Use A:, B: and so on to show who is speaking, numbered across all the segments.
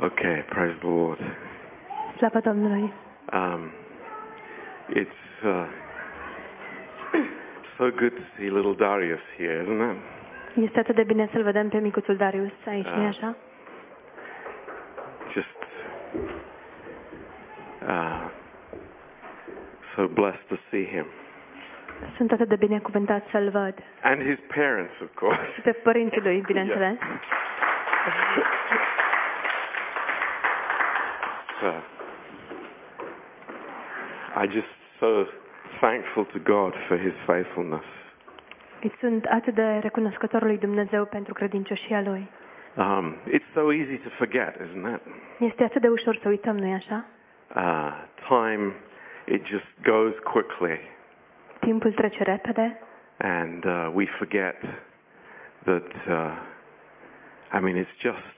A: Okay, praise the Lord.
B: Slavă Domnului!
A: Um, it's uh, so good to see little Darius here, isn't it?
B: Este atât de bine să-l vedem pe micuțul Darius aici,
A: Da.
B: nu-i așa?
A: Just uh, so blessed to see him.
B: Sunt atât de binecuvântat să-l văd.
A: And his parents, of course.
B: Și pe părinții lui, bineînțeles.
A: So, I just so thankful to God for his faithfulness.
B: Îi sunt atât de recunoscător lui Dumnezeu pentru credincioșia lui.
A: Um, it's so easy to forget, isn't it?
B: Este atât de ușor să uităm, nu-i așa?
A: Uh, time, it just goes quickly.
B: Timpul trece repede
A: and uh, we forget that. Uh, I mean, it's just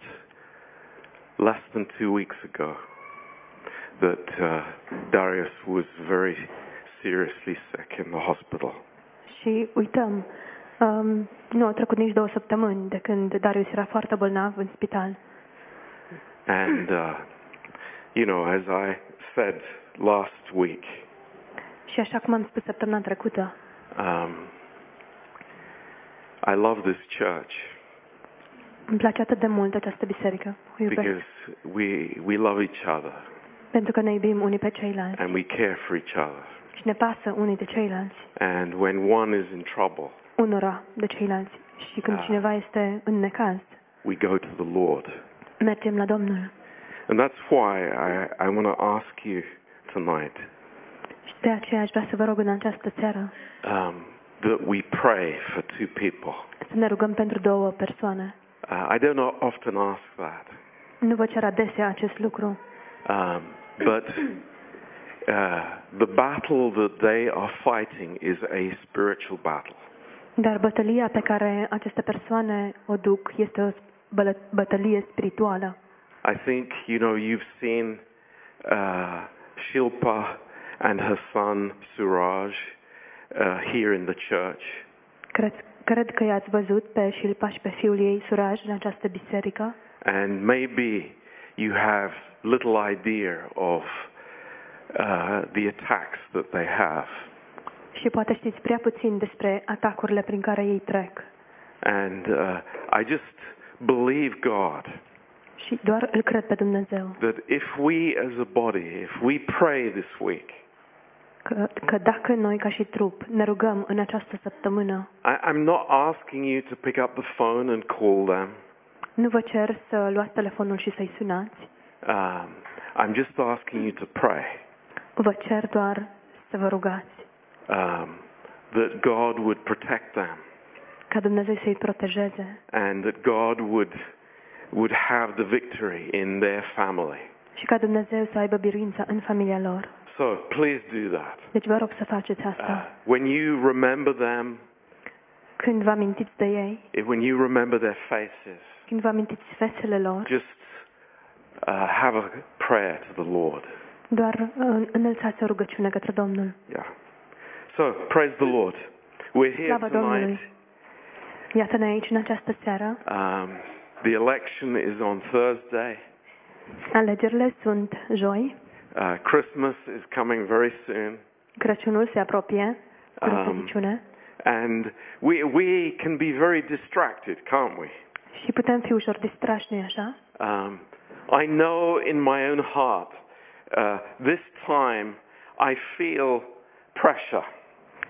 A: less than two weeks ago that uh, Darius was very seriously sick in the hospital,
B: și uităm. Um, nu au trecut nici două săptămâni de când Darius era foarte bolnav în spital.
A: and uh, you know, as I said last week,
B: Și așa cum am spus săptămâna trecută,
A: um, I love this church
B: îmi place atât de mult această biserică. O iubesc
A: because we we love each other
B: pentru că ne iubim unii pe ceilalți
A: and we care for each other,
B: și ne pasă unii de ceilalți,
A: and when one is in trouble.
B: unora de ceilalți. Și când
A: Da.
B: cineva este în necaz,
A: we go to the Lord.
B: mergem la Domnul.
A: And that's why I, I want to ask you tonight
B: Și de aceea aș vrea să vă rog în această seară
A: um, that we pray for two people.
B: să ne rugăm pentru două persoane.
A: Uh, I do not often ask that,
B: Nu vă cer adesea acest lucru,
A: um, but uh, the battle that they are fighting is a spiritual battle.
B: dar bătălia pe care aceste persoane o duc este o bălă- bătălie spirituală.
A: I think, you know, you've seen uh, Shilpa and her son Suraj uh, here in the church.
B: Cred, cred că i-ați văzut pe Șilpa și pe fiul ei, Suraj, în această biserică
A: And maybe you have little idea of uh, the attacks that they have.
B: și poate știți prea puțin despre atacurile prin care ei trec.
A: And uh, I just believe God
B: Și doar îl cred pe Dumnezeu
A: that if we as a body, if we pray this week,
B: că, că dacă noi ca și trup ne rugăm în această săptămână,
A: I, I'm not asking you to pick up the phone and call them.
B: nu vă cer să luați telefonul și să-i sunați,
A: Um, I'm just asking you to pray
B: vă cer doar să vă rugați
A: um, that God would protect them
B: ca Dumnezeu să-i protejeze
A: and that God would, would have the victory in their family.
B: și ca Dumnezeu să aibă biruința în familia lor.
A: So please do that.
B: Deci vă rog să faceți
A: Uh,
B: asta.
A: when you remember them,
B: Când vă amintiți de ei,
A: if- when you remember their faces,
B: când vă amintiți fețele lor,
A: just uh, have a prayer to the Lord.
B: doar uh, înălțați o rugăciune către Domnul.
A: Yeah. So praise the Lord. We're here
B: Slava
A: tonight.
B: Domnului. Iată-ne aici în această seară.
A: Um, the election is on Thursday.
B: Alegerile sunt joi,
A: Uh, Christmas is coming very soon,
B: Crăciunul se apropie, Crăciune,
A: and we we can be very distracted, can't we?
B: și putem fi ușor distrași, nu-i așa?
A: Um, I know in my own heart, uh, this time I feel pressure.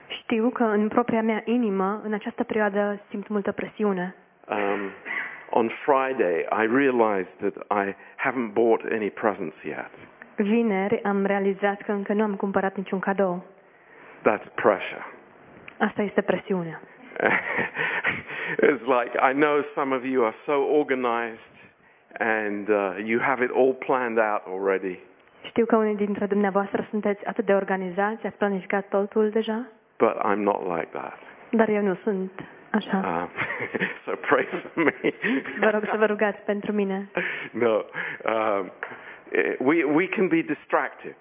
B: Știu că în propria mea inimă, în această perioadă, simt multă presiune.
A: Um, on Friday, I realized that I haven't bought any presents yet.
B: Vineri am realizat că încă nu am cumpărat niciun cadou.
A: That's pressure.
B: Asta este presiunea.
A: it's like I know some of you are so organized and uh, you have it all planned out already,
B: Știu că unii dintre dumneavoastră sunteți atât de organizați, ați planificat totul deja,
A: but I'm not like that.
B: dar eu nu sunt așa.
A: Um, so pray for me.
B: Vă rog să vă rugați pentru mine.
A: no, um, eh, we we can be distracted.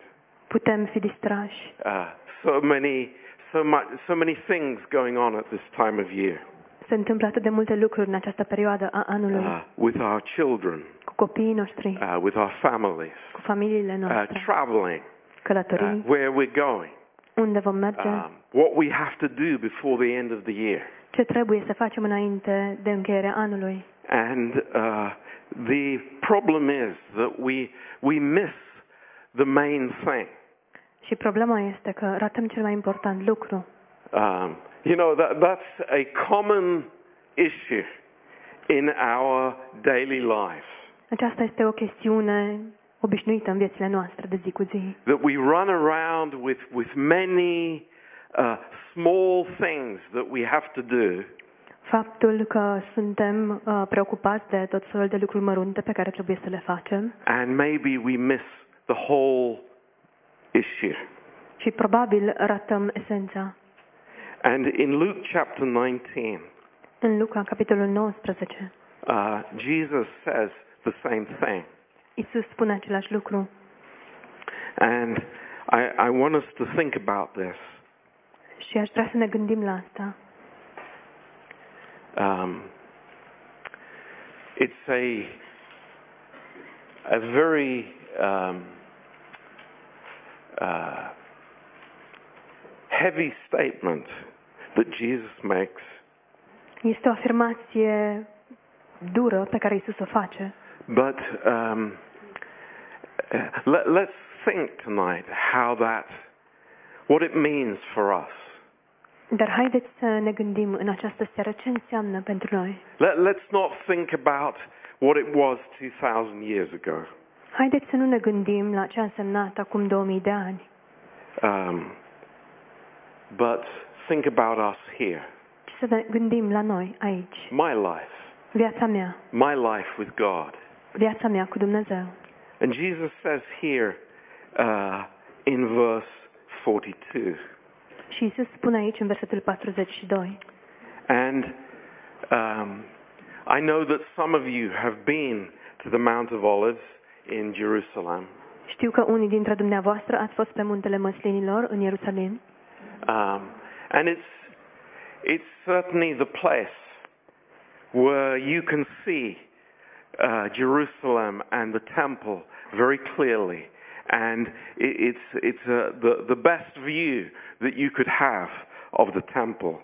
B: Putem fi distrași.
A: Uh, so many, so much, so many things going on at this time of year
B: Se întâmplă atât de multe lucruri în această perioadă a anului
A: uh, with our children,
B: cu copiii noștri,
A: uh, with our families,
B: cu familiile
A: uh,
B: noastre,
A: traveling, uh,
B: călătorii,
A: where we're going,
B: unde vom merge,
A: um, what we have to do before the end of the year.
B: ce trebuie să facem înainte de încheierea anului.
A: And uh, the problem is that we, we miss the main thing.
B: Și problema este că ratăm cel mai important lucru.
A: Um, you know, that, that's a common issue in our daily life
B: Aceasta este o chestiune obișnuită în viețile noastre de zi cu zi.
A: that we run around with, with many uh, small things that we have to do,
B: Faptul că suntem uh, preocupați de tot felul de lucruri mărunte pe care trebuie să le facem
A: and maybe we miss the whole issue.
B: și probabil ratăm esența.
A: And in Luke chapter 19,
B: În Luca, capitolul 19,
A: uh, Jesus says the same thing.
B: Isus spune același lucru
A: And I, I want us to think about this.
B: și aș vrea să ne gândim la asta.
A: Um, it's a a very um, uh, heavy statement that Jesus makes,
B: Este o afirmație dură pe care Isus o face,
A: but um, uh, let, let's think tonight how that what it means for us.
B: dar haideți să ne gândim în această seară ce înseamnă pentru noi.
A: Let, let's not think about what it was 2,000 years ago.
B: Haideți să nu ne gândim la ce a însemnat acum 2000 de ani,
A: Um, but think about us here.
B: ci să ne gândim la noi aici,
A: My life.
B: viața mea,
A: My life with God.
B: viața mea cu Dumnezeu.
A: And Jesus says here uh, in verse 42.
B: Și Isus spune aici în versetul 42,
A: And um, I know that some of you have been to the Mount of Olives in Jerusalem.
B: știu că unii dintre dumneavoastră ați fost pe muntele măslinilor în Ierusalim
A: Um, and it's, it's certainly the place where you can see uh, Jerusalem and the temple very clearly. And i- it's, it's uh, the, the best view that you could have of the temple.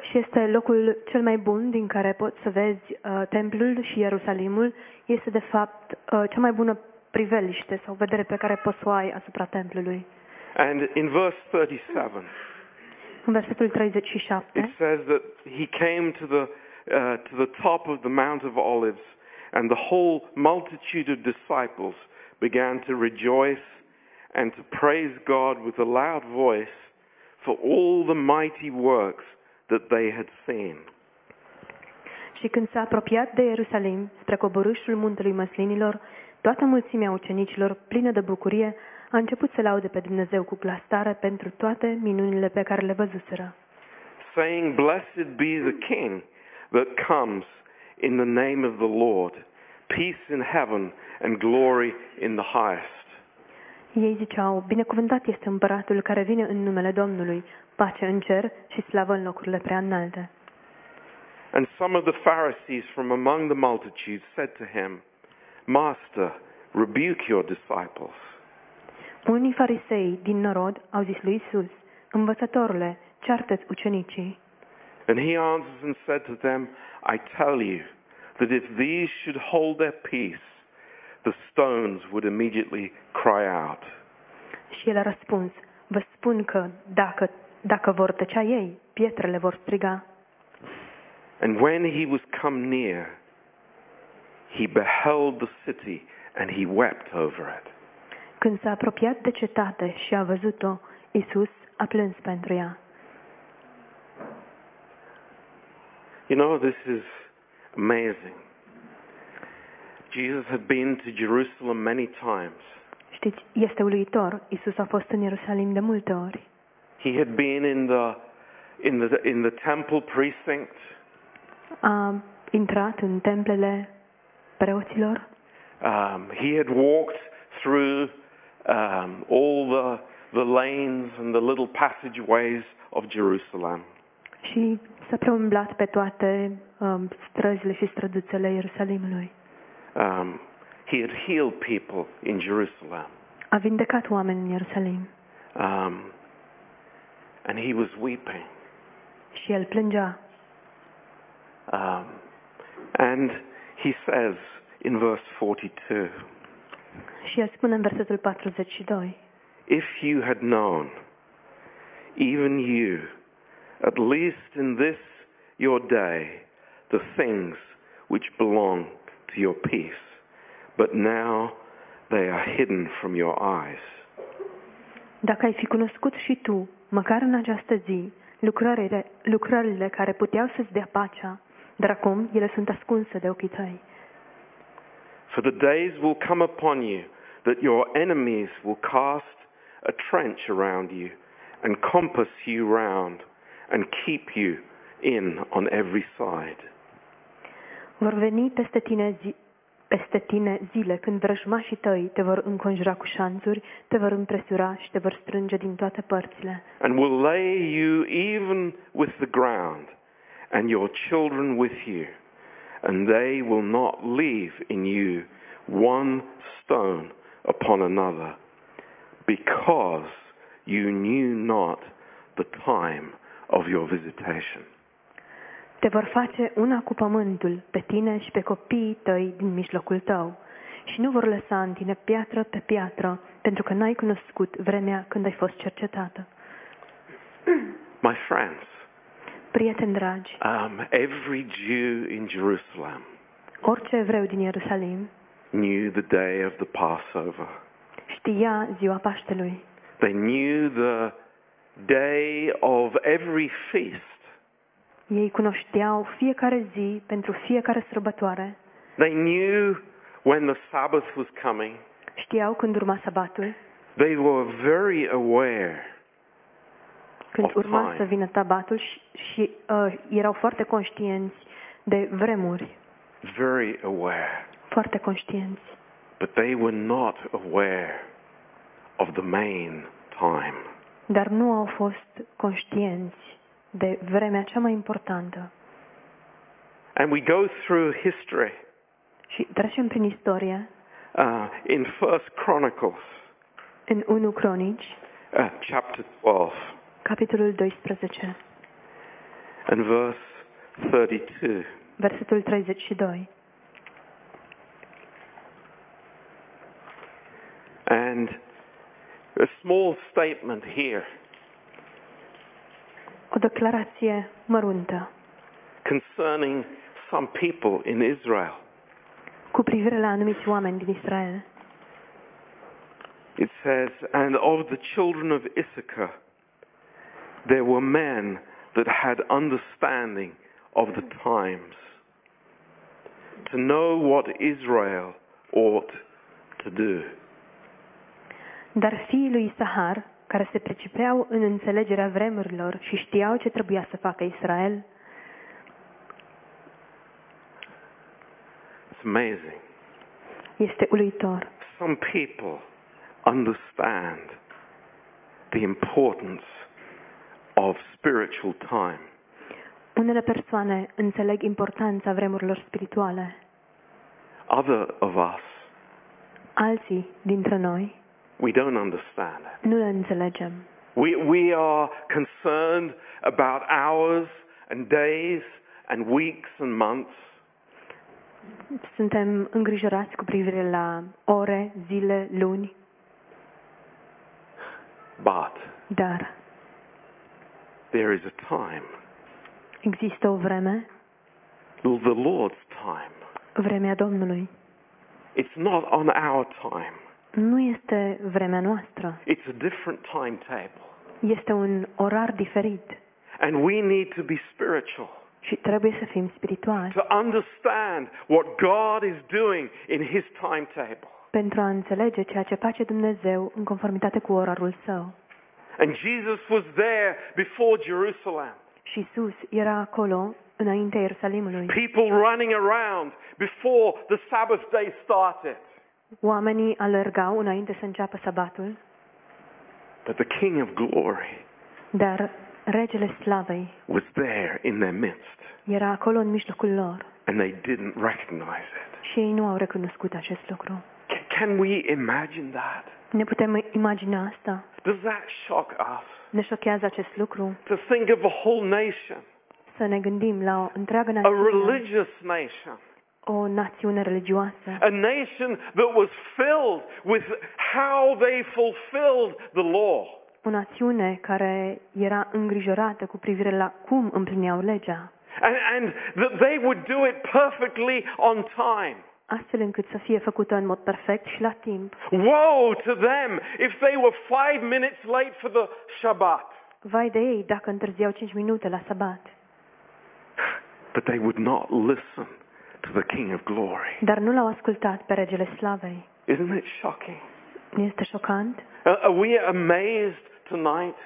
B: și este locul cel mai bun din care poți să vezi uh, templul și Ierusalimul. Este de fapt uh, cea mai bună priveliște sau vedere pe care poți să o ai asupra templului.
A: And in verse 37,
B: În versetul
A: it
B: 37
A: says that he came to the, uh, to the top of the Mount of Olives, and the whole multitude of disciples began to rejoice and to praise God with a loud voice for all the mighty works that they had seen.
B: Și când s-a apropiat de Ierusalim, spre coborâșul muntelui măslinilor, toată mulțimea ucenicilor, plină de bucurie, a început să laude pe Dumnezeu cu glas tare pentru toate minunile pe care le văzuseră,
A: saying, Blessed be the King that comes in the name of the Lord, peace in heaven and glory in the highest.
B: ei ziceau, binecuvântat este împăratul care vine în numele Domnului, pace în cer și slavă în locurile prea înalte.
A: And some of the Pharisees from among the multitude said to him, Master, rebuke your disciples.
B: Unii farisei din norod au zis lui Isus, învățătorule, ceartă-ți ucenicii.
A: And he answers and said to them, I tell you that if these should hold their peace, the stones would immediately cry out.
B: Și el a răspuns, vă spun că dacă, dacă vor tăcea ei, pietrele vor striga.
A: And when he was come near, he beheld the city and he wept over it.
B: Când s-a apropiat de cetate și a văzut-o, Isus a plâns pentru ea.
A: You know, this is amazing. Jesus had been to Jerusalem many times.
B: Știți, este uluitor. Isus a fost în Ierusalim de multe ori.
A: He had been in the in the in the temple precinct.
B: A intrat în templele preoților,
A: Um, he had walked through um, all the the lanes and the little passageways of Jerusalem.
B: și s-a preumblat pe toate um, străzile și străduțele Ierusalimului.
A: Um, He had healed people in Jerusalem.
B: A vindecat oameni în Ierusalim
A: Um, and he was weeping.
B: și el plângea.
A: Um, and he says in verse 42,
B: Și el spune în versetul 42,
A: If you had known, even you, at least in this your day, the things which belong to your peace, but now they are hidden from your eyes.
B: Dacă ai fi cunoscut și tu, măcar în această zi, lucrările, lucrările care puteau să-ți dea pacea, dar acum ele sunt ascunse de ochii tăi.
A: For the days will come upon you that your enemies will cast a trench around you and compass you round and keep you in on every side.
B: Vor veni peste tine, zi, peste tine zile când vrăjmașii tăi te vor înconjura cu șanțuri, te vor împresura și te vor strânge din toate părțile.
A: and will lay you even with the ground, and your children with you, and they will not leave in you one stone upon another, because you knew not the time of your visitation.
B: Te vor face una cu pământul, pe tine și pe copiii tăi din mijlocul tău. Și nu vor lăsa în tine piatră pe piatră, pentru că n-ai cunoscut vremea când ai fost cercetată.
A: My friends,
B: Prieteni dragi,
A: um, every Jew in Jerusalem
B: orice evreu din Ierusalim
A: knew the day of the Passover.
B: știa ziua Paștelui.
A: They knew the day of every feast.
B: Ei cunoșteau fiecare zi pentru fiecare sărbătoare,
A: They knew when the Sabbath was coming.
B: știau când urma sabatul,
A: They were very aware.
B: când
A: Of
B: urma
A: time.
B: să vină sabatul și, și uh, erau foarte conștienți de vremuri,
A: Very aware.
B: foarte conștienți.
A: But they were not aware of the main time.
B: dar nu au fost conștienți de vremea cea mai importantă.
A: And we go through history
B: Și trecem prin istorie,
A: uh, in First Chronicles,
B: în 1 Cronici,
A: uh, chapter 12,
B: capitolul 12,
A: and verse 32.
B: versetul 32.
A: And a small statement here
B: O declarație măruntă
A: concerning some people in Israel.
B: cu privire la anumiți oameni din Israel.
A: It says, And of the children of Issachar there were men that had understanding of the times, to know what Israel ought to do.
B: Dar fiii lui Isahar, care se precipeau în înțelegerea vremurilor și știau ce trebuia să facă Israel,
A: It's amazing.
B: este uluitor.
A: Some people understand the importance of spiritual time.
B: Unele persoane înțeleg importanța vremurilor spirituale,
A: Other of us,
B: alții dintre noi
A: we don't understand it.
B: nu le înțelegem.
A: We, we are concerned about hours and days and weeks and months.
B: Suntem îngrijorați cu privire la ore, zile, luni,
A: But
B: dar
A: there is a time,
B: există o vreme,
A: the Lord's time.
B: vremea Domnului.
A: It's not on our time.
B: Nu este vremea noastră,
A: It's a different timetable.
B: este un orar diferit
A: And we need to be spiritual,
B: și trebuie să fim spirituali
A: to understand what God is doing in His timetable.
B: pentru a înțelege ceea ce face Dumnezeu în conformitate cu orarul său.
A: And Jesus was there before Jerusalem.
B: Și Isus era acolo înaintea Ierusalimului.
A: People running around before the Sabbath day started.
B: Oamenii alergau înainte să înceapă sabatul,
A: But the King of Glory
B: dar regele slavei,
A: was there in their midst,
B: era acolo în mijlocul lor
A: and they didn't recognize it.
B: și ei nu au recunoscut acest lucru.
A: C- can we imagine that?
B: Ne putem imagina asta?
A: Does that shock us?
B: Ne șochează acest lucru?
A: To think of a whole nation,
B: Să ne gândim la o întreagă
A: a
B: națiune,
A: religious nation,
B: o națiune religioasă,
A: a nation that was filled with how they fulfilled the law.
B: o națiune care era îngrijorată cu privire la cum împlineau legea,
A: And, and that they would do it perfectly on time.
B: astfel încât să fie făcută în mod perfect și la timp.
A: Woe to them if they were five minutes late for the Shabbat.
B: Vai de ei dacă întârziau 5 minute la sabat.
A: But they would not listen to the King of Glory.
B: Dar nu l-au ascultat pe regele slavei.
A: Isn't it shocking? Uh,
B: Nu este șocant?
A: Are are we amazed tonight?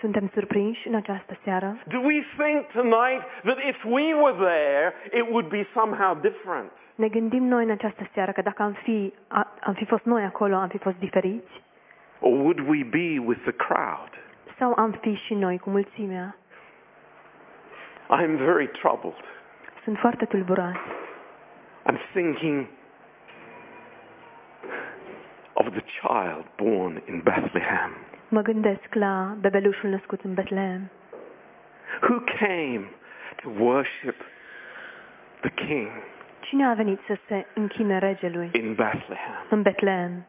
B: Suntem surprinși în această seară?
A: Do we think tonight that if we were there, it would be somehow different?
B: Ne gândim noi în această seară că dacă am fi, a, am fi fost noi acolo, am fi fost diferiți?
A: Or would we be with the crowd?
B: Sau am fi și noi cu mulțimea?
A: I'm very troubled.
B: Sunt foarte tulburat.
A: I'm thinking of the child born in Bethlehem
B: Mă gândesc la bebelușul născut în Betlehem,
A: who came to worship the King
B: Cine a venit să se închine regelui
A: in Bethlehem.
B: în Betlehem?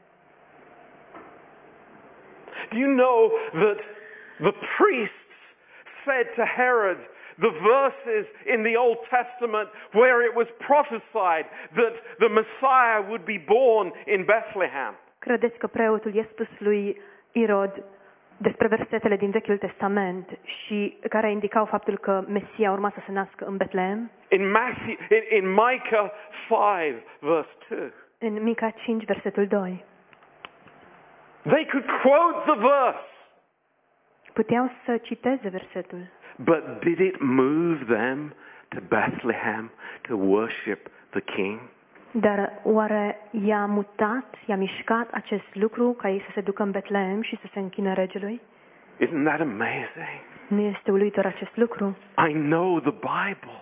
A: Do you know that the priests said to Herod the verses in the Old Testament where it was prophesied that the Messiah would be born in Bethlehem?
B: Credeți că preotul i-a spus lui Irod despre versetele din Vechiul Testament și care indicau faptul că Mesia urma să se nască în Betlehem?
A: In, Matthew, in, in Micah 5, verse 2.
B: În Mica 5, versetul 2.
A: They could quote the verse,
B: Puteau să citeze versetul,
A: but did it move them to Bethlehem to worship the King?
B: dar oare i-a mutat, i-a mișcat acest lucru ca ei să se ducă în Betlehem și să se închine regelui?
A: Isn't that amazing?
B: Nu este uluitor acest lucru?
A: I know the Bible.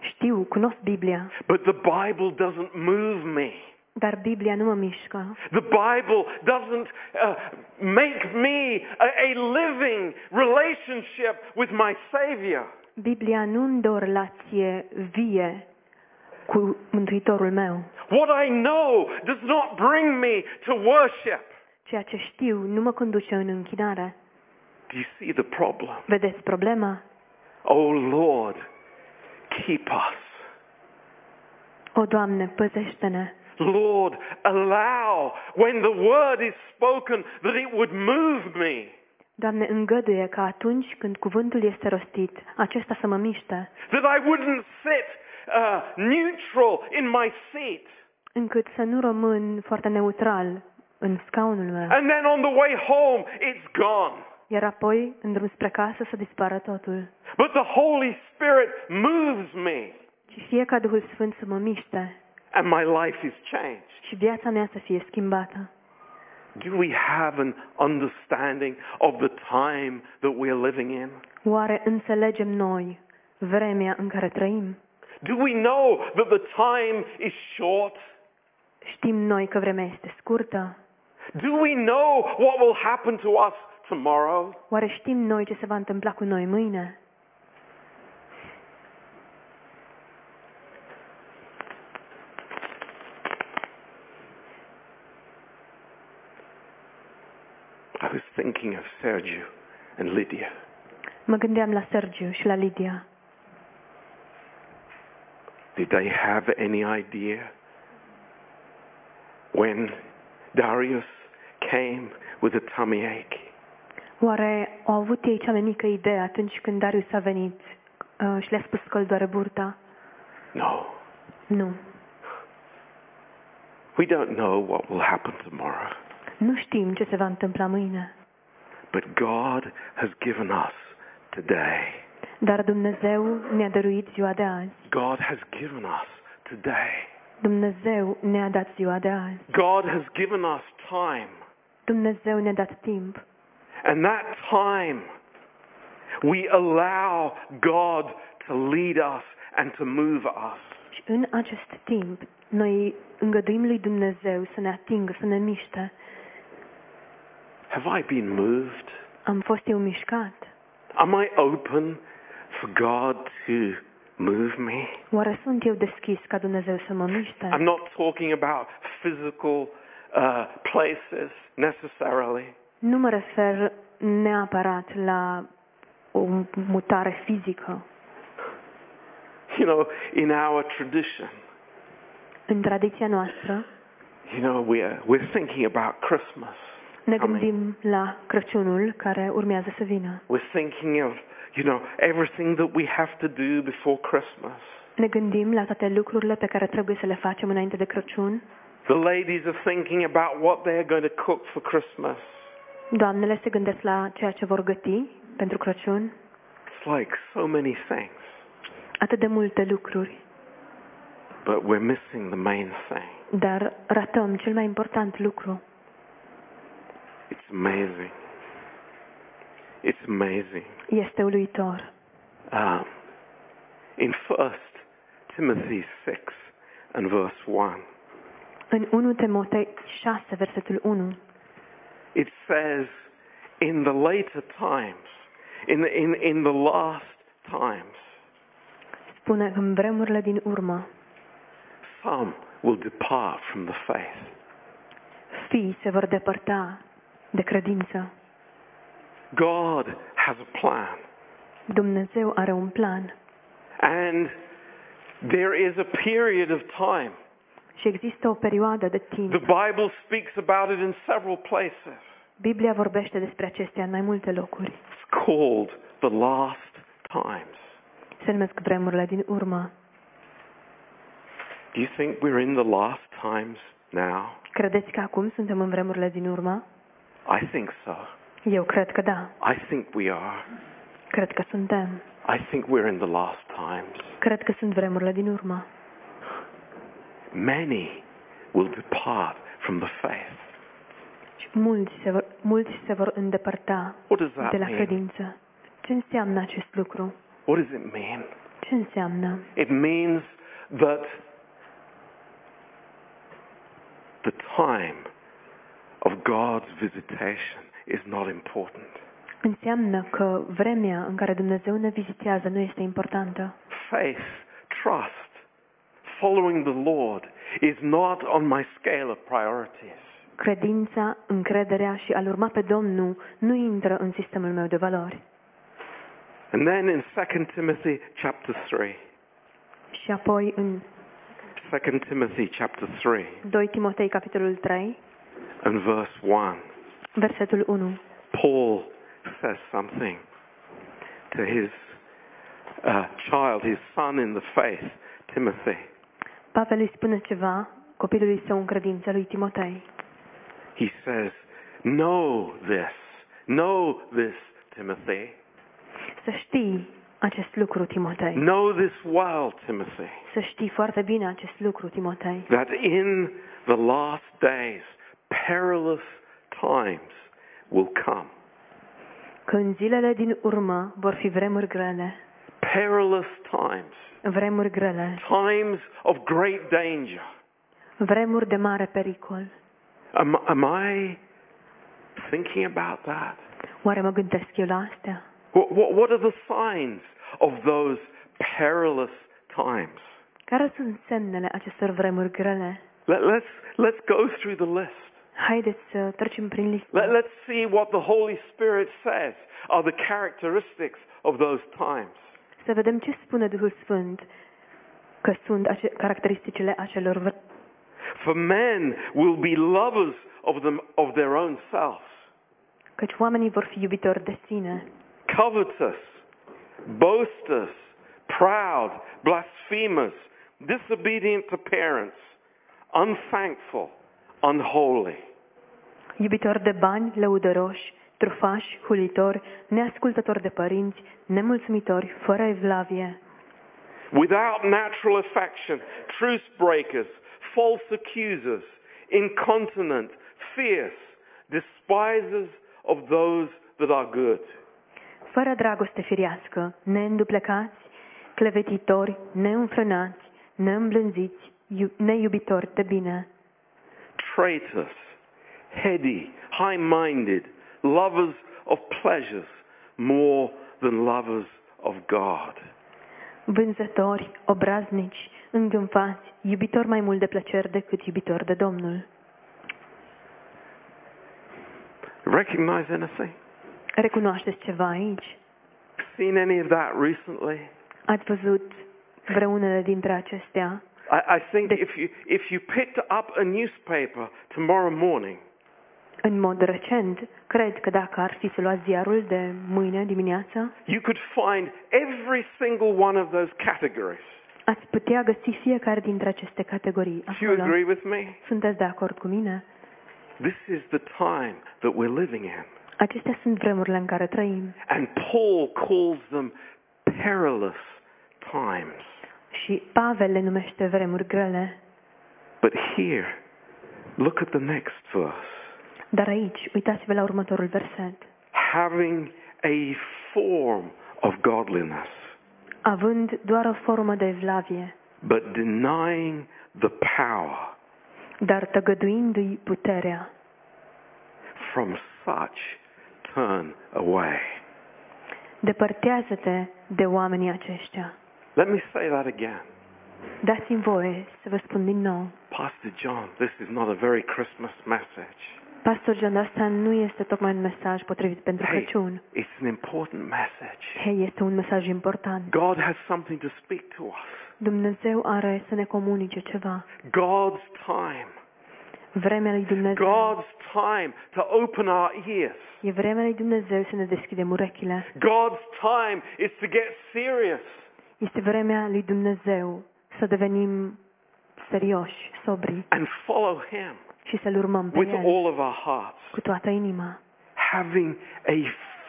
B: Știu, cunosc Biblia,
A: But the Bible doesn't move me.
B: dar Biblia nu mă mișcă.
A: The Bible doesn't uh, make me a, a living relationship with my Savior.
B: Biblia nu îmi dă o relație vie cu Mântuitorul meu.
A: What I know does not bring me to worship.
B: Ceea ce știu nu mă conduce în închinare.
A: Do you see the problem?
B: Vedeți problema?
A: Oh Lord, keep us.
B: O, Doamne, păzește-ne!
A: Lord, allow when the word is spoken that it would move me,
B: Doamne, îngăduie ca atunci când cuvântul este rostit, acesta să mă miște,
A: that I wouldn't sit uh, neutral in my seat.
B: încât să nu rămân foarte neutral în scaunul meu,
A: And then on the way home, it's gone.
B: iar apoi, în drum spre casă, să dispară totul.
A: But the Holy Spirit moves me
B: Ci fie ca Duhul Sfânt să mă miște
A: and my life is changed.
B: și viața mea să fie schimbată.
A: Do we have an understanding of the time that we're living in?
B: Oare înțelegem noi vremea în care trăim?
A: Do we know that the time is short?
B: Știm noi că vremea este scurtă?
A: Do we know what will happen to us tomorrow?
B: Oare știm noi ce se va întâmpla cu noi mâine?
A: I was thinking of Sergio and Lydia.
B: Mă gândeam la Sergiu și la Lidia.
A: Did they have any idea when Darius came with a tummy ache?
B: Oare au avut ei cea mai mică idee atunci când Darius a venit uh, și le-a spus că îl doare burta?
A: No.
B: Nu.
A: We don't know what will happen tomorrow,
B: Nu știm ce se va întâmpla mâine,
A: but God has given us today.
B: dar Dumnezeu ne-a dăruit ziua de azi.
A: God has given us today.
B: Dumnezeu ne-a dat ziua de azi.
A: God has given us time.
B: Dumnezeu ne-a dat timp
A: And that time We allow God to lead us and to move us.
B: Și în acest timp, noi îngăduim lui Dumnezeu să ne atingă, să ne miște.
A: Have I been moved?
B: Am fost eu mișcat?
A: Am I open for God to move me?
B: Oare sunt eu deschis ca Dumnezeu să mă miște?
A: I'm not talking about physical uh, places necessarily.
B: Nu mă refer neapărat la o mutare fizică.
A: You know, in our tradition,
B: În tradiția noastră
A: you know, we're, we're thinking about Christmas.
B: ne
A: coming.
B: gândim la Crăciunul care urmează să vină.
A: We're thinking of, you know, everything that we have to do before Christmas.
B: Ne gândim la toate lucrurile pe care trebuie să le facem înainte de Crăciun.
A: The ladies are thinking about what they're going to cook for Christmas.
B: Doamnele se gândesc la ceea ce vor găti pentru Crăciun.
A: It's like so many things,
B: Atât de multe lucruri,
A: but we're missing the main thing.
B: dar ratăm cel mai important lucru.
A: It's amazing. It's amazing.
B: Este uluitor.
A: Um, in 1 Timothy 6 and verse 1,
B: În 1 Timotei 6, versetul 1,
A: it says, in the later times, in the, in, in the last times,
B: spune că în vremurile din urmă,
A: some will depart from the faith.
B: fiii se vor depărta de credință.
A: God has a plan.
B: Dumnezeu are un plan
A: And there is a period of time.
B: și există o perioadă de
A: The
B: timp.
A: Bible speaks about it in several places.
B: Biblia vorbește despre acestea în mai multe locuri.
A: It's called the last times.
B: Se numesc vremurile din urmă.
A: Do you think we're in the last times now?
B: Credeți că acum suntem în vremurile din urmă?
A: I think so.
B: Eu cred că da.
A: I think we are.
B: Cred că suntem.
A: I think we're in the last times.
B: Cred că sunt vremurile din urmă.
A: Many will depart from the faith.
B: Și mulți se vor, mulți se vor îndepărta
A: What does that
B: de la
A: mean?
B: credință. Ce înseamnă acest lucru?
A: What does it mean?
B: Ce înseamnă?
A: It means that the time of God's visitation is not important.
B: Înseamnă că vremea în care Dumnezeu ne vizitează nu este importantă.
A: Faith, trust, following the Lord is not on my scale of priorities.
B: Credința, încrederea și a-L urma pe Domnul nu intră în sistemul meu de valori.
A: And then in 2 Timothy chapter 3,
B: Și apoi în
A: 2 Timothy chapter 3
B: 2 Timotei, capitolul 3,
A: and verse 1,
B: versetul 1,
A: Paul says something to his uh, child, his son in the faith, Timothy.
B: Pavel îi spune ceva copilului său în credință lui Timotei.
A: He says, Know this, know this, Timothy.
B: Să știi acest lucru, Timotei.
A: Know this well, Timothy,
B: Să știi foarte bine acest lucru, Timotei.
A: that in the last days perilous times will come.
B: Că în zilele din urmă vor fi vremuri grele.
A: Perilous times,
B: Vremuri grele.
A: times of great danger.
B: Vremuri de mare pericol.
A: Am, am I thinking about that?
B: Oare mă gândesc eu la astea?
A: What, what, what are the signs of those perilous times?
B: Care sunt semnele acestor vremuri grele?
A: Let, let's, let's go through the list.
B: Haideți să trecem prin
A: Let,
B: listă.
A: let's see what the Holy Spirit says are the characteristics of those times.
B: Să vedem ce spune Duhul Sfânt că sunt ace- caracteristicile acelor vremuri.
A: For men will be lovers of, them, of their own selves,
B: Căci oamenii vor fi iubitori de sine,
A: covetous, boasters, proud, blasphemers, disobedient to parents, unthankful, unholy.
B: iubitori de bani, lăudăroși, trufași, hulitori, neascultători de părinți, nemulțumitori, fără evlavie,
A: without natural affection, truce breakers, false accusers, incontinent, fierce, despisers of those that are good,
B: fără dragoste firească, neînduplecați, clevetitori, neînfrânați, neîmblânziți, iu- neiubitori de bine,
A: traitors, heady, high-minded, lovers of pleasures more than lovers of God.
B: vânzători, obraznici, îngânfați, iubitori mai mult de plăceri decât iubitori de Domnul.
A: Recognize anything?
B: Recunoașteți ceva aici?
A: Seen any of that recently?
B: Ați văzut vreunele dintre acestea?
A: I, I think
B: The-
A: if you if you picked up a newspaper tomorrow morning
B: În mod recent, cred că dacă ar fi să luați ziarul de mâine dimineață,
A: you could find every single one of those categories.
B: ați putea găsi fiecare dintre aceste categorii.
A: Do you
B: Acolo.
A: agree with me?
B: Sunteți de acord cu mine?
A: This is the time that we're living in.
B: Acestea sunt vremurile în care trăim
A: And Paul calls them perilous times.
B: și Pavel le numește vremuri grele.
A: But here, look at the next verse.
B: Dar aici, uitați-vă la următorul verset.
A: Having a form of godliness,
B: Având doar o formă de evlavie,
A: but denying the power
B: dar tăgăduindu-i puterea,
A: from such turn away.
B: depărtează-te de oamenii aceștia.
A: Let me say that again.
B: Dați-mi voie să vă spun din nou.
A: Pastor John, this is not a very Christmas message.
B: Pastor John, asta nu este tocmai un mesaj potrivit pentru
A: Hey,
B: Crăciun.
A: it's an important message.
B: Hei, este un mesaj important.
A: God has something to speak to us.
B: Dumnezeu are să ne comunice ceva.
A: God's time.
B: Vremea lui Dumnezeu.
A: God's time to open our ears.
B: E vremea lui Dumnezeu să ne deschidem urechile.
A: God's time is to get serious.
B: Este vremea lui Dumnezeu să devenim serioși, sobri
A: and follow him
B: și să-L urmăm pe
A: with
B: El
A: all of our hearts,
B: cu toată inima.
A: having a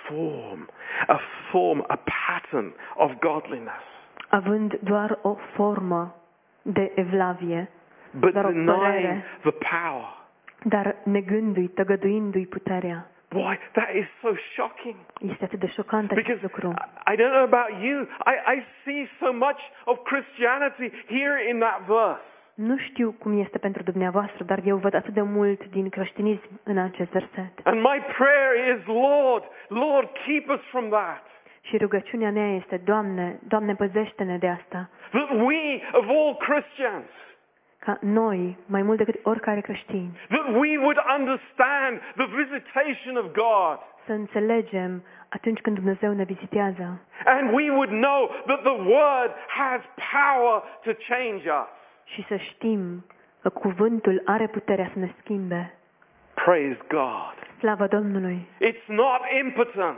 A: form, a form, a pattern of godliness,
B: Având doar o formă de evlavie,
A: but
B: Dar o
A: denying
B: părere.
A: the power.
B: dar negându-i, tăgăduindu-i puterea.
A: Boy, that is so shocking.
B: Este atât de șocant
A: Because
B: acest lucru.
A: I- I don't know about you, I, I see so much of Christianity here in that verse.
B: Nu știu cum este pentru dumneavoastră, dar eu văd atât de mult din creștinism în acest verset.
A: And my prayer is, Lord, Lord, keep us from that.
B: Și rugăciunea mea este, Doamne, Doamne, păzește-ne de asta,
A: That we, of all Christians,
B: ca noi, mai mult decât oricare creștin,
A: that we would understand the visitation of God.
B: să înțelegem atunci când Dumnezeu ne vizitează
A: And we would know that the Word has power to change us.
B: și să știm că cuvântul are puterea să ne schimbe.
A: Praise God.
B: Slavă Domnului!
A: It's not impotent.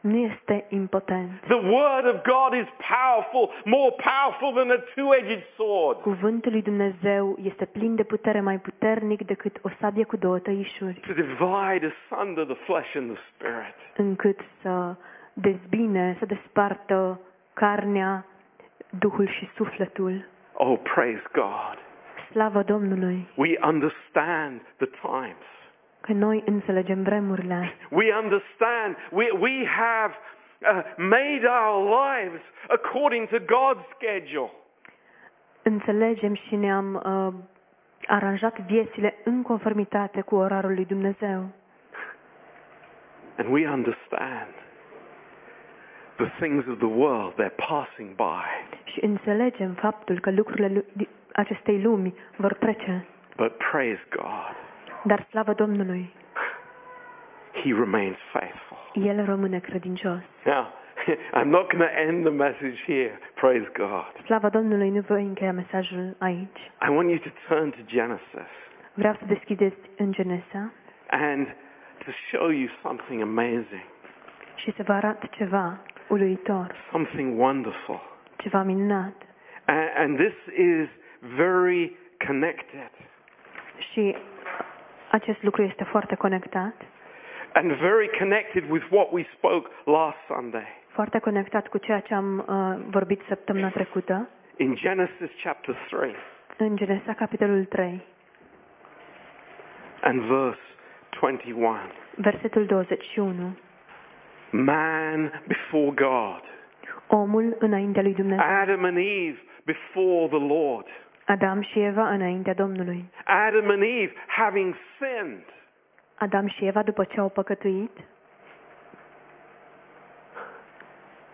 B: Nu este impotent.
A: The Word of God is powerful, more powerful than a two-edged sword.
B: Cuvântul lui Dumnezeu este plin de putere mai puternic decât o sabie cu două tăișuri,
A: To divide asunder the flesh and the spirit.
B: încât să dezbine, să despartă carnea, duhul și sufletul.
A: Oh, praise God.
B: Slavă Domnului
A: We understand the times.
B: că noi înțelegem vremurile.
A: We understand. We, we have uh, made our lives according to God's schedule.
B: Înțelegem și ne-am uh, aranjat viețile în conformitate cu orarul lui Dumnezeu.
A: And we understand the things of the world, they're passing by.
B: Și înțelegem faptul că lucrurile lu- acestei lumi vor trece.
A: But praise God,
B: Dar slavă Domnului,
A: He remains faithful.
B: El rămâne credincios.
A: Now, I'm not going to end the message here. Praise God.
B: Slava Domnului, nu voi încheia mesajul aici.
A: I want you to turn to Genesis
B: Vreau să deschideți în Genesa
A: and to show you something amazing,
B: și să vă arat ceva uluitor,
A: something wonderful.
B: ceva minunat.
A: And, and this is very connected
B: Și acest lucru este foarte conectat,
A: and very connected with what we spoke last Sunday.
B: foarte conectat cu ceea ce am uh, vorbit săptămâna trecută.
A: In Genesis chapter 3,
B: În Genesa, capitolul 3,
A: and verse 21.
B: versetul 21.
A: Man before God.
B: Omul înaintea lui Dumnezeu.
A: Adam and Eve before the Lord.
B: Adam și Eva înaintea Domnului.
A: Adam and Eve having sinned.
B: Adam și Eva după ce au păcătuit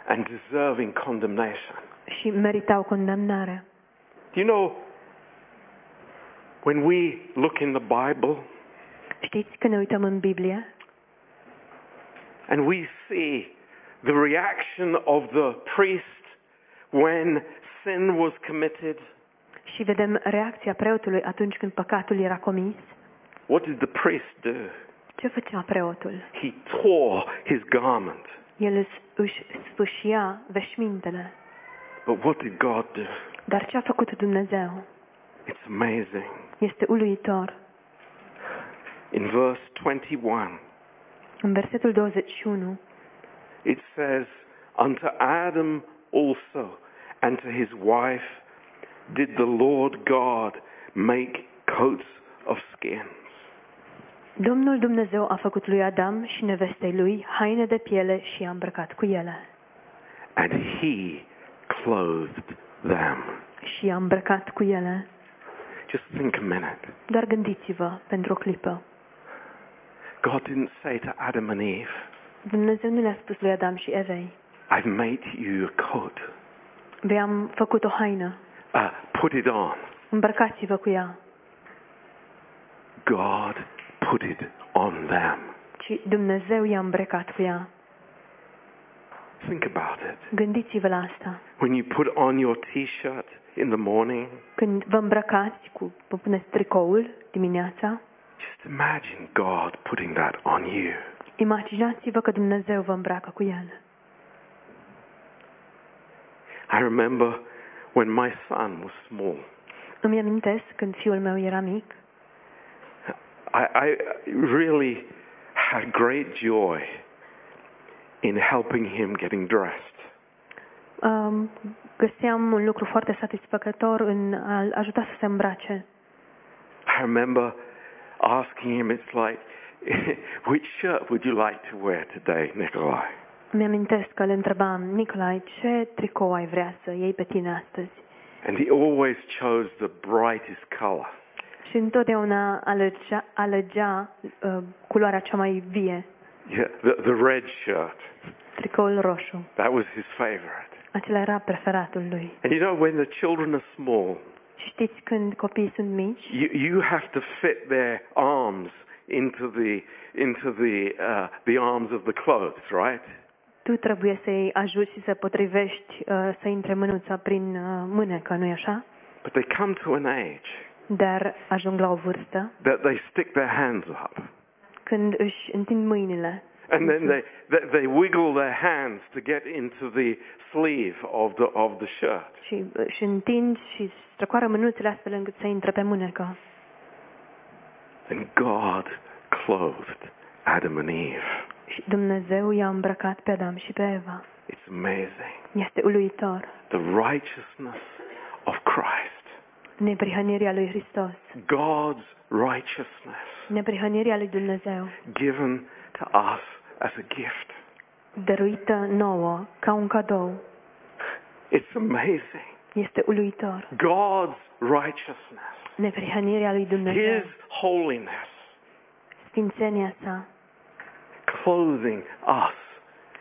A: and deserving condemnation.
B: și meritau condamnarea.
A: You know, when we look in the Bible
B: Știți, când ne uităm în Biblie
A: and we see the reaction of the priest when sin was committed,
B: și vedem reacția preotului atunci când păcatul era comis,
A: what did the priest do?
B: ce făcea preotul?
A: He tore his garment.
B: El își- își sfâșia veșmintele.
A: But what did God do?
B: Dar ce a făcut Dumnezeu?
A: It's amazing.
B: Este uluitor.
A: In verse 21,
B: În versetul 21
A: it says, Unto Adam also and to his wife did the Lord God make coats of skins.
B: Domnul Dumnezeu a făcut lui Adam și nevestei lui haine de piele și i-a îmbrăcat cu ele.
A: And he clothed them.
B: Și i-a îmbrăcat cu ele.
A: Just think a minute.
B: Doar gândiți-vă pentru o clipă.
A: God didn't say to Adam and Eve,
B: Dumnezeu nu le-a spus lui Adam și Evei,
A: I've made you a coat.
B: vi-am făcut o haină,
A: Uh, put it on.
B: îmbrăcați-vă cu ea,
A: God put it on them.
B: ci Dumnezeu i-a îmbrăcat cu ea.
A: Think about it.
B: Gândiți-vă la asta.
A: When you put on your t-shirt in the morning,
B: Când vă îmbrăcați cu, vă puneți tricoul dimineața,
A: just imagine God putting that on you.
B: imaginați-vă că Dumnezeu vă îmbracă cu el.
A: I remember when my son was small.
B: Îmi amintesc când fiul meu era mic,
A: I, I really had great joy in helping him getting dressed.
B: um, găseam un lucru foarte satisfăcător în a-l ajuta să se îmbrace.
A: I remember asking him, it's like, which shirt would you like to wear today, Nikolai?
B: Îmi amintesc că îl întrebam, Nicolai, ce tricou ai vrea să iei pe tine astăzi?
A: And he always chose the brightest color.
B: Și întotdeauna alegea, alegea uh, culoarea cea mai vie,
A: Yeah, the, the red shirt.
B: tricoul roșu.
A: That was his favorite.
B: Acela era preferatul lui.
A: And you know, when the children are small,
B: Și știți când copiii sunt mici,
A: you, you have to fit their arms into the into the uh, the arms of the clothes, right?
B: tu trebuie să-i ajuți și să potrivești, uh, să intre mânuța prin uh, mânecă, nu-i așa?
A: But they come to an age
B: Dar ajung la o vârstă
A: that they stick their hands up,
B: când își întind mâinile
A: and then they they, they wiggle their hands to get into the sleeve of the of the shirt.
B: și își întind și străcoară mânuțele astfel încât să intre pe mânecă.
A: And God clothed Adam and Eve.
B: Și Dumnezeu i-a îmbrăcat pe Adam și pe Eva.
A: It's amazing
B: Este uluitor.
A: the righteousness of Christ,
B: Neprihănirea lui Hristos.
A: God's righteousness
B: Neprihănirea lui Dumnezeu,
A: given to us as a gift.
B: dăruită nouă ca un cadou,
A: It's amazing.
B: este uluitor.
A: God's righteousness,
B: Neprihănirea lui Dumnezeu,
A: His holiness,
B: sfințenia sa,
A: clothing us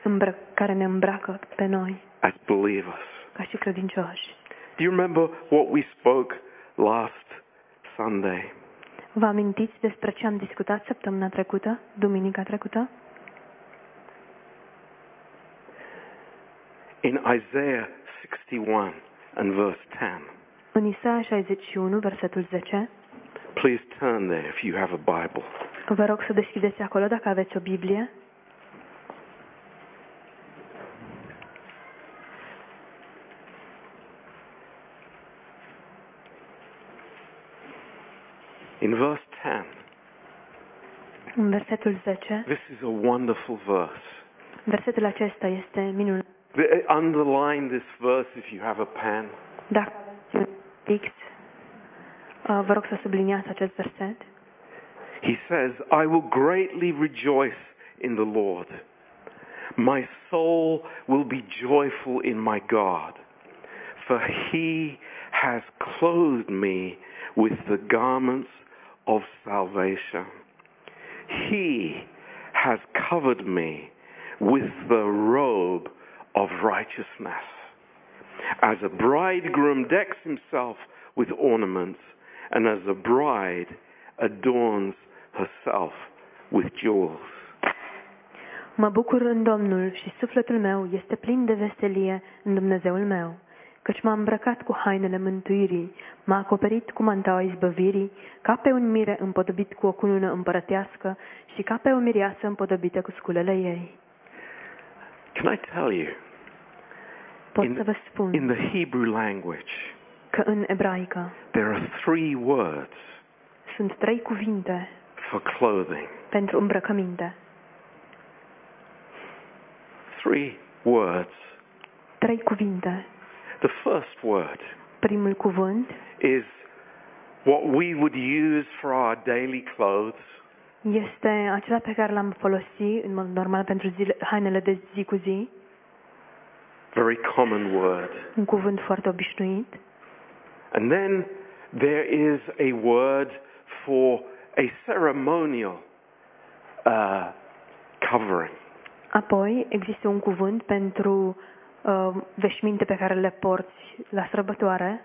B: îmbră- care ne îmbracă pe noi
A: as believers.
B: ca și credincioși.
A: Do you remember what we spoke last Sunday?
B: Vă amintiți despre ce am discutat săptămâna trecută, duminica trecută?
A: In Isaiah 61 and verse 10.
B: În Isaia 61, versetul 10,
A: Please turn there if you have a Bible.
B: vă rog să deschideți acolo dacă aveți o Biblie.
A: In verse 10,
B: În versetul 10,
A: this is a wonderful verse.
B: versetul acesta este minunat.
A: The- uh, Underline this verse if you have a pen.
B: Dacă X, vă rog să subliniați acest verset.
A: He says, I will greatly rejoice in the Lord. My soul will be joyful in my God, for he has clothed me with the garments of salvation. He has covered me with the robe of righteousness. As a bridegroom decks himself with ornaments, and as a bride adorns herself with jewels.
B: Mă bucur în Domnul și sufletul meu este plin de veselie în Dumnezeul meu, căci m-a îmbrăcat cu hainele mântuirii, m-a acoperit cu mantaua izbăvirii, ca pe un mire împodobit cu o cunună împărătească și ca pe o mireasă împodobită cu sculele ei.
A: Can I tell you,
B: Pot
A: In-
B: să vă spun
A: in the Hebrew language,
B: că în ebraică
A: there are three words
B: sunt trei cuvinte
A: for clothing.
B: pentru îmbrăcăminte.
A: Three words.
B: Trei cuvinte.
A: The first word
B: Primul cuvânt
A: is what we would use for our daily clothes.
B: este acela pe care l-am folosit în mod normal pentru zile, hainele de zi cu zi,
A: Very common word.
B: un cuvânt foarte obișnuit.
A: And then there is a word for a ceremonial uh, covering.
B: Apoi există un cuvânt pentru uh, veșminte pe care le porți la sărbătoare,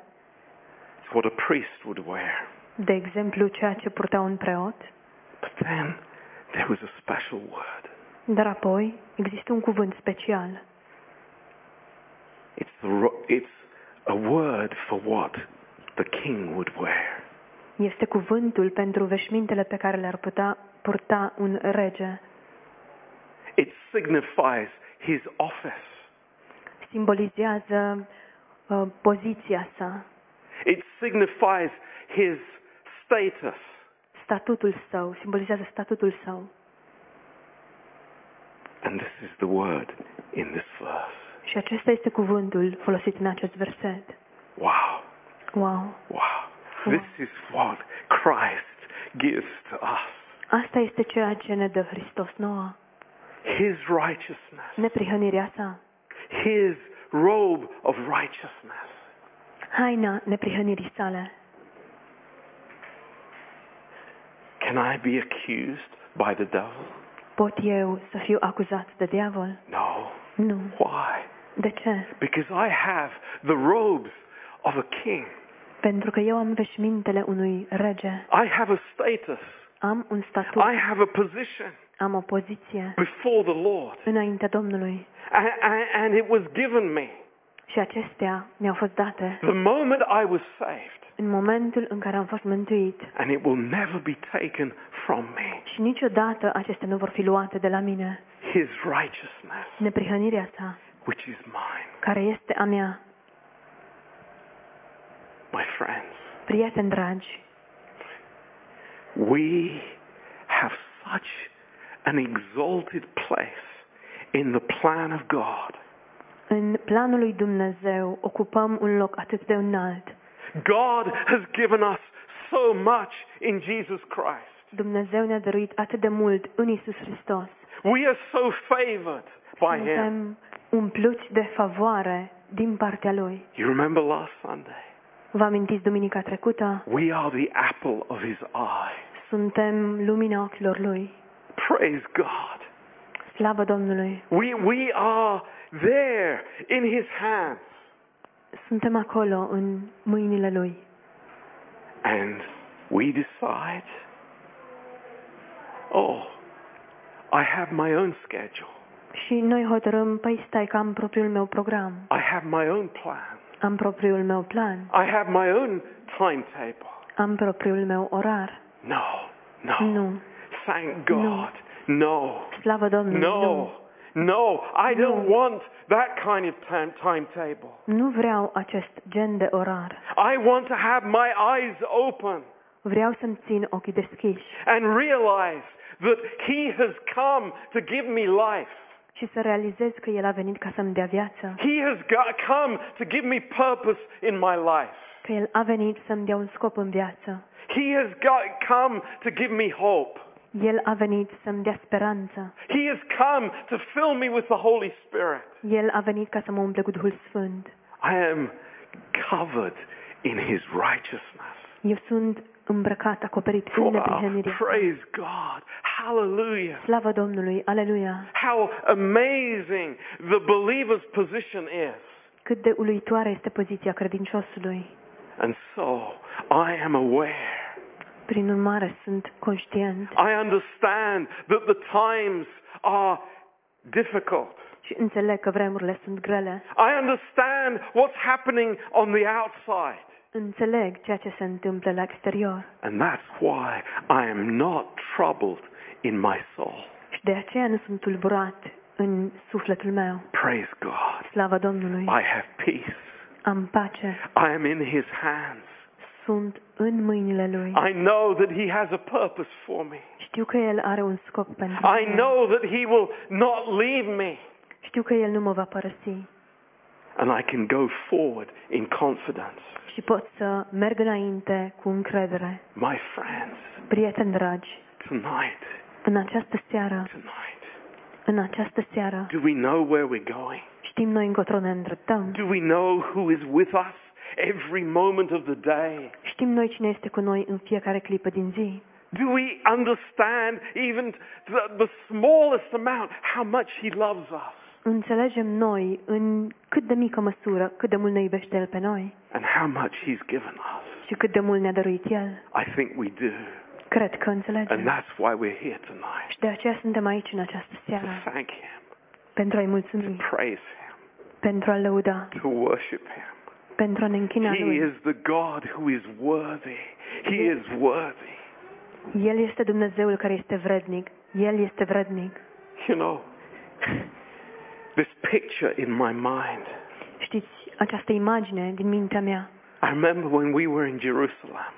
A: It's what a priest would wear.
B: de exemplu ceea ce purta un preot,
A: But then there was a special word.
B: dar apoi există un cuvânt special.
A: It's, the, ro- it's a word for what the king would wear.
B: Este cuvântul pentru veșmintele pe care le-ar putea purta un rege.
A: It signifies his office.
B: Simbolizează uh, poziția sa,
A: It signifies his status.
B: statutul său, simbolizează statutul său.
A: And this is the word in this verse.
B: Și acesta este cuvântul folosit în acest verset.
A: Wow.
B: Wow!
A: Wow.
B: Wow.
A: This is what Christ gives to us.
B: Asta este ceea ce ne dă Hristos nouă,
A: His
B: Mm.
A: righteousness.
B: neprihănirea sa.
A: His robe of righteousness.
B: haina neprihănirii sale.
A: Can I be accused by the devil?
B: Pot eu să fiu acuzat de diavol?
A: No.
B: Nu.
A: Why?
B: De ce?
A: Because I have the robes of a king.
B: Pentru că eu am veșmintele unui rege.
A: I have a status.
B: Am un statut,
A: I have a position
B: am o poziție
A: before the Lord.
B: înaintea Domnului.
A: And, and it was given me
B: Și acestea mi-au fost date
A: the moment I was saved.
B: în momentul în care am fost mântuit.
A: And it will never be taken from me.
B: Și niciodată acestea nu vor fi luate de la mine.
A: His righteousness,
B: Neprihănirea ta,
A: which is mine.
B: care este a mea,
A: My friends,
B: prieteni dragi,
A: we have such an exalted place in the plan of God.
B: în planul lui Dumnezeu ocupăm un loc atât de înalt.
A: God has given us so much in Jesus Christ.
B: Dumnezeu ne-a dăruit atât de mult în Isus Hristos.
A: We are so favored by Him.
B: Suntem umpluți de favoare din partea Lui.
A: You remember last Sunday?
B: Vă amintiți duminica trecută?
A: We are the apple of His eye.
B: Suntem lumina ochilor Lui.
A: Praise God.
B: Slavă Domnului!
A: We, we are there in His hands.
B: Suntem acolo în mâinile Lui.
A: And we decide, oh, I have my own schedule.
B: Și noi hotărâm, păi stai că am propriul meu program,
A: I have my own plan.
B: am propriul meu plan,
A: I have my own timetable.
B: am propriul meu orar.
A: No, no.
B: Nu.
A: Thank God. No.
B: Slavă Domnului!
A: No.
B: Nu.
A: No. I don't
B: No.
A: want that kind of time, timetable.
B: nu vreau acest gen de orar.
A: I want to have my eyes open
B: Vreau să-mi țin ochii deschiși.
A: and realize that He has come to give me life.
B: și să realizez că El a venit ca să-mi dea viață,
A: He has got, come to give me purpose in my life.
B: că El a venit să-mi dea un scop în viață,
A: He has got, come to give me hope.
B: El a venit să-mi dea speranță.
A: He has come to fill me with the Holy Spirit.
B: El a venit ca să mă umple cu Duhul Sfânt.
A: I am covered in his righteousness.
B: Eu sunt îmbrăcat, acoperit
A: Wow,
B: în neprihănirea.
A: praise God. Hallelujah.
B: Slavă Domnului, aleluia!
A: How amazing the believer's position is.
B: Cât de uluitoare este poziția credinciosului.
A: And so I am aware.
B: Prin urmare, sunt conștient
A: I understand that the times are difficult.
B: și înțeleg că vremurile sunt grele.
A: I understand what's happening on the outside.
B: Înțeleg ceea ce se întâmplă la exterior
A: And that's why I am not troubled in my soul.
B: și de aceea nu sunt tulburat în sufletul meu.
A: Praise God.
B: Slavă Domnului!
A: I have peace.
B: Am pace,
A: I am in his hands.
B: sunt în mâinile Lui.
A: I know that he has a purpose for me.
B: Știu că El are un scop pentru
A: I
B: mine.
A: know that he will not leave me.
B: Știu că El nu mă va părăsi
A: And I can go forward in confidence.
B: și pot să merg înainte cu încredere.
A: My friends,
B: Prieteni dragi,
A: tonight,
B: în această seară,
A: tonight,
B: în această seară,
A: do we know where we're going?
B: știm noi încotro ne îndreptăm.
A: Do we know who is with us every moment of the day?
B: Știm noi cine este cu noi în fiecare clipă din zi.
A: Do we understand even the, the smallest amount how much He loves us
B: Înțelegem noi în cât de mică măsură, cât de mult ne iubește El pe noi
A: and how much He's given us?
B: și cât de mult ne-a dăruit El.
A: I think we do.
B: Cred că
A: And
B: înțelegem.
A: that's why we're here tonight.
B: Și de aceea suntem aici în această
A: To
B: seară,
A: thank Him,
B: pentru a-i mulțumi,
A: to praise Him,
B: pentru a-L lăuda,
A: to worship Him.
B: pentru a ne închina
A: He
B: Lui.
A: is the God who is worthy. He is worthy.
B: El este Dumnezeul care este vrednic. El este vrednic.
A: You know, this picture in my mind.
B: Știți, această imagine din mintea mea,
A: I remember when we were in Jerusalem,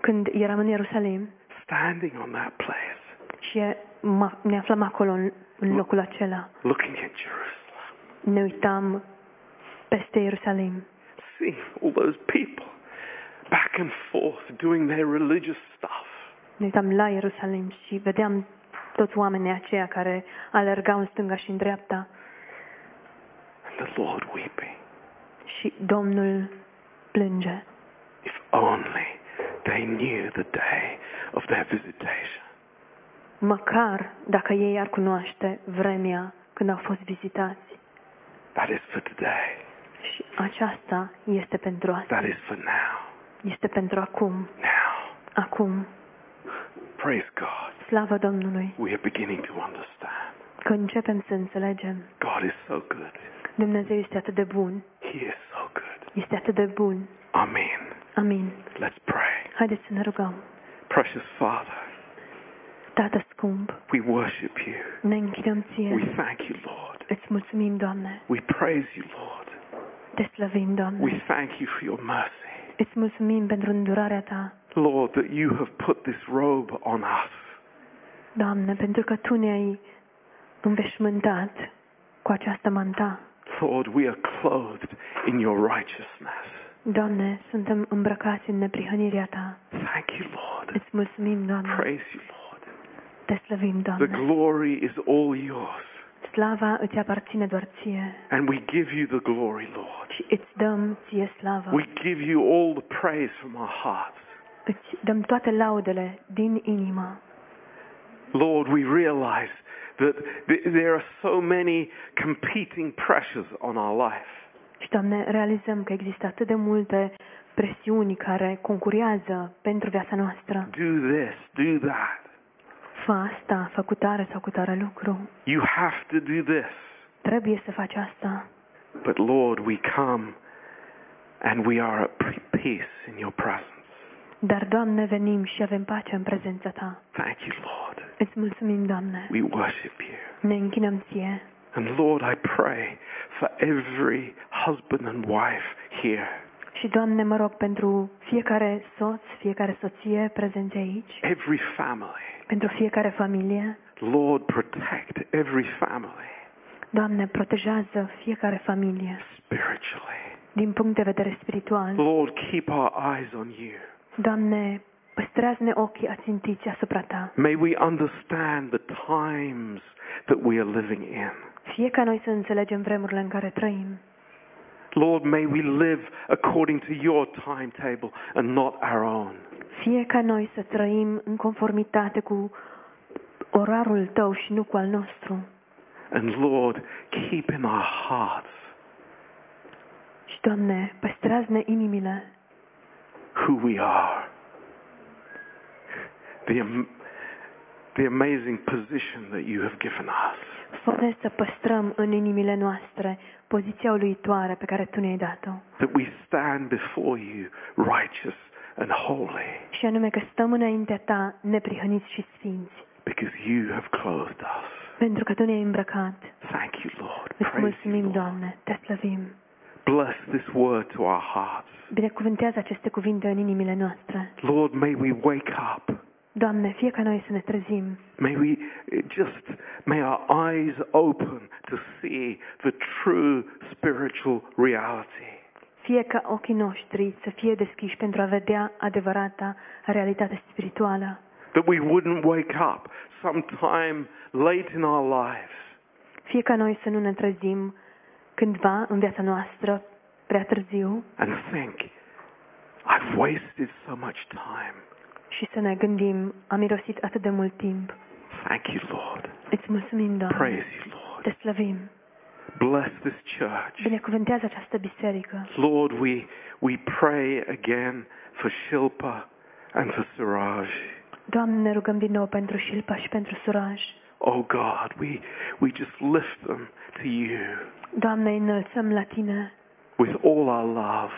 B: când eram în Ierusalim
A: standing on that place,
B: și m- ne aflam acolo în, în locul acela,
A: looking at Jerusalem.
B: ne uitam peste Ierusalim
A: seeing all those people back and forth doing their religious stuff.
B: Ne uitam la Ierusalim și vedeam toți oamenii aceia care alergau în stânga și în dreapta
A: And the Lord weeping.
B: și Domnul plânge.
A: If only they knew the day of their visitation.
B: Măcar dacă ei ar cunoaște vremea când au fost vizitați.
A: That is for today.
B: Și aceasta este pentru asta.
A: That is for now.
B: Este pentru acum.
A: Now.
B: Acum.
A: Praise God.
B: Slavă Domnului
A: We are beginning to understand.
B: că începem să înțelegem.
A: God is so good.
B: Dumnezeu este atât de bun.
A: He is so good.
B: Este atât de bun.
A: Amen.
B: Amin.
A: Let's pray.
B: Haideți să ne rugăm.
A: Precious Father,
B: Tată scump,
A: we worship you.
B: ne închinăm
A: We
B: ție.
A: thank you, Lord.
B: Îți mulțumim, Doamne.
A: We praise you, Lord.
B: Te slăvim, Doamne.
A: We thank you for your mercy.
B: Îți mulțumim pentru îndurarea Ta,
A: Lord, that you have put this robe on us.
B: Doamne, pentru că Tu ne-ai înveșmântat cu această manta.
A: Lord, we are clothed in your righteousness.
B: Doamne, suntem îmbrăcați în neprihănirea Ta.
A: Thank you, Lord.
B: Îți mulțumim, Doamne.
A: Praise you, Lord.
B: Te slăvim,
A: The
B: Doamne.
A: glory is all yours.
B: Slava îți aparține doar Ție
A: And we give you the glory, Lord.
B: și îți dăm Ție slavă.
A: We give you all the praise from our hearts.
B: Îți Deci, dăm toate laudele din inimă.
A: Lord, we realize that th- there are so many competing pressures on our life.
B: Și, Doamne, realizăm că există atât de multe presiuni care concurează pentru viața noastră.
A: Do this, do that.
B: Fă asta, fă cu tare sau cu tare lucru.
A: You have to do this.
B: Trebuie să faci asta.
A: But Lord, we come and we are at p- peace in your presence.
B: Dar, Doamne, venim și avem pace în prezența Ta.
A: Thank you, Lord.
B: Îți mulțumim, Doamne.
A: We worship you.
B: Ne închinăm Ție.
A: And Lord, I pray for every husband and wife here,
B: Și, Doamne, mă rog pentru fiecare soț, fiecare soție prezenți aici,
A: every family.
B: pentru fiecare familie.
A: Lord, protect every family
B: Doamne, protejează fiecare familie
A: spiritually.
B: din punct de vedere spiritual.
A: Lord, keep our eyes on you.
B: Doamne, Păstrează-ne ochii ațintiți asupra ta.
A: May we understand the times that we are living in.
B: Fie ca noi să înțelegem vremurile în care trăim.
A: Lord, may we live according to your timetable and not our own.
B: Fie ca noi să trăim în conformitate cu orarul tău și nu cu al nostru.
A: And Lord, keep in our hearts
B: Și, Doamne, păstrează-ne inimile
A: who we are. The, am- the amazing position that you have given us.
B: Fă-ne să păstrăm în inimile noastre poziția uluitoare pe care Tu ne-ai dat-o.
A: That we stand before you righteous and holy
B: Și anume că stăm înaintea Ta neprihăniți și sfinți.
A: because you have clothed us.
B: Pentru că Tu ne-ai îmbrăcat.
A: Thank you, Lord.
B: Îți
A: Praise you,
B: mulțumim,
A: Lord.
B: Doamne, Te slăvim.
A: Bless this word to our hearts.
B: Binecuvântează aceste cuvinte în inimile noastre.
A: Lord, may we wake up.
B: Doamne, fie ca noi să ne trezim.
A: May we it just, may our eyes open to see the true spiritual reality.
B: Fie ca ochii noștri să fie deschiși pentru a vedea adevărata realitate spirituală.
A: That we wouldn't wake up sometime late in our lives
B: Fie ca noi să nu ne trezim cândva în viața noastră, prea târziu,
A: and think, I've wasted so much time.
B: și să ne gândim, am mirosit atât de mult timp.
A: Thank you, Lord.
B: Îți mulțumim, Doamne.
A: Praise you, Lord.
B: Te slăvim.
A: Bless this church.
B: Binecuvântează această biserică.
A: Lord, we, we pray again for Shilpa and for Suraj.
B: Doamne, ne rugăm din nou pentru Șilpa și pentru Suraj.
A: Oh God, we, we just lift them to you
B: Doamne, îi înălțăm la Tine
A: with all our love.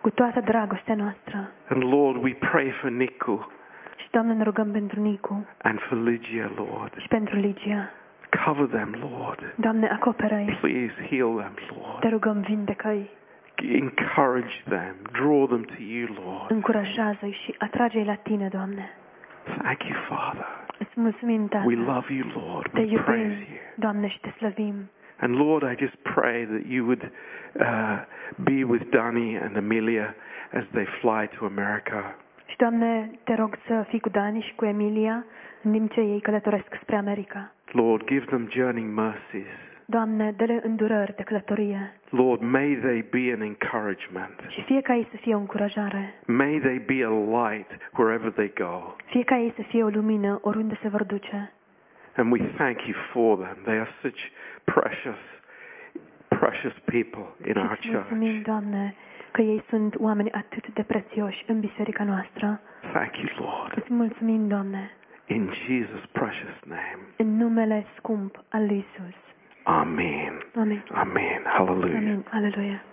B: cu toată dragostea noastră.
A: And Lord, we pray for Nico
B: Și, Doamne, ne rugăm pentru Nicu
A: and for Lygia, Lord.
B: și pentru Ligia.
A: Cover them, Lord.
B: Doamne, acoperă-i.
A: Please heal them,
B: Te
A: Lord.
B: rugăm, vindecă-i.
A: Encourage them. Draw them to you, Lord.
B: Încurajează-i și atrage-i la Tine, Doamne.
A: Thank you, Father.
B: Îți mulțumim, Tată.
A: We love you, Lord.
B: Te
A: We
B: iubim,
A: praise you.
B: Doamne, și Te slăvim.
A: And Lord, I just pray that you would uh, be with Danny and Amelia as they fly to America.
B: Și, Doamne, Te rog să fii cu Dani și cu Emilia în timp ce ei călătoresc spre America.
A: Lord, give them journeying mercies.
B: Doamne, dă-le îndurări de călătorie
A: Lord, may they be an encouragement.
B: și fie ca ei să fie o încurajare,
A: May they be a light wherever they go.
B: fie ca ei să fie o lumină oriunde se vor duce.
A: And we thank you for them. They are such precious, precious people in
B: Și
A: our
B: îți mulțumim,
A: church.
B: Doamne, că ei sunt oameni atât de prețioși în biserica noastră.
A: Thank you, Lord.
B: Îți mulțumim, Doamne,
A: In Jesus' precious name.
B: în numele scump al lui Isus.
A: Amen.
B: Amin.
A: Amen. Hallelujah.
B: Amin. Aleluia.